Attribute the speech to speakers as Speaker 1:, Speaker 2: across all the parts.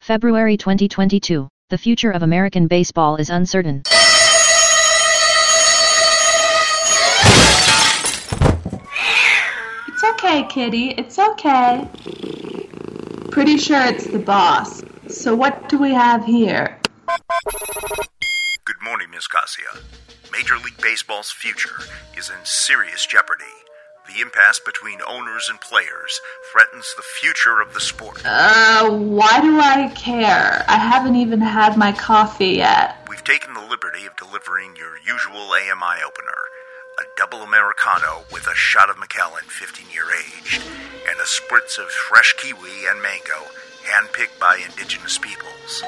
Speaker 1: February 2022, the future of American baseball is uncertain.
Speaker 2: It's okay, kitty. It's okay. Pretty sure it's the boss. So what do we have here?
Speaker 3: Good morning, Miss Cassia. Major League Baseball's future is in serious jeopardy. The impasse between owners and players threatens the future of the sport.
Speaker 2: Uh, why do I care? I haven't even had my coffee yet.
Speaker 3: We've taken the liberty of delivering your usual AMI opener a double Americano with a shot of Macallan 15 year aged, and a spritz of fresh kiwi and mango, handpicked by indigenous peoples.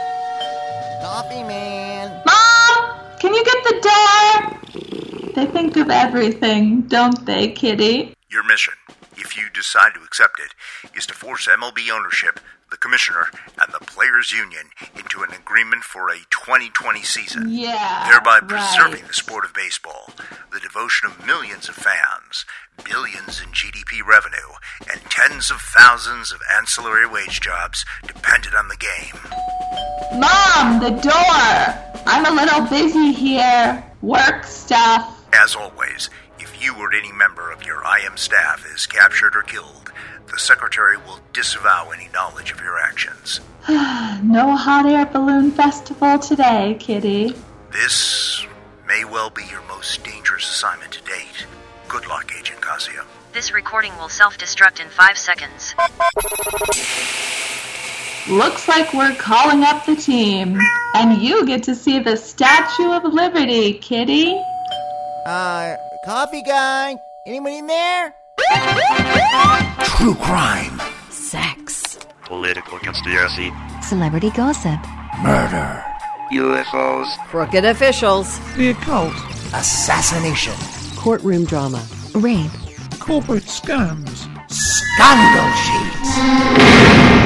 Speaker 4: Coffee man.
Speaker 2: Mom! Can you get the door? They think of everything, don't they, kitty?
Speaker 3: Your mission, if you decide to accept it, is to force MLB ownership, the commissioner, and the players' union into an agreement for a 2020 season.
Speaker 2: Yeah.
Speaker 3: thereby
Speaker 2: right.
Speaker 3: preserving the sport of baseball, the devotion of millions of fans, billions in GDP revenue, and tens of thousands of ancillary wage jobs dependent on the game.
Speaker 2: Mom, the door! I'm a little busy here. Work stuff.
Speaker 3: As always, if you or any member of your IM staff is captured or killed, the secretary will disavow any knowledge of your actions.
Speaker 2: No hot air balloon festival today, kitty.
Speaker 3: This may well be your most dangerous assignment to date. Good luck, Agent Cassia.
Speaker 1: This recording will self destruct in 5 seconds.
Speaker 2: Looks like we're calling up the team. And you get to see the Statue of Liberty, kitty.
Speaker 4: Uh, coffee guy. Anybody in there?
Speaker 3: True crime,
Speaker 5: Sex.
Speaker 6: political conspiracy,
Speaker 5: Celebrity gossip.
Speaker 3: murder,
Speaker 6: UFOs,
Speaker 7: Crooked officials.
Speaker 8: The occult,
Speaker 4: Assassination.
Speaker 7: Courtroom drama.
Speaker 5: Rape.
Speaker 8: corporate scams,
Speaker 4: Scandal sheets.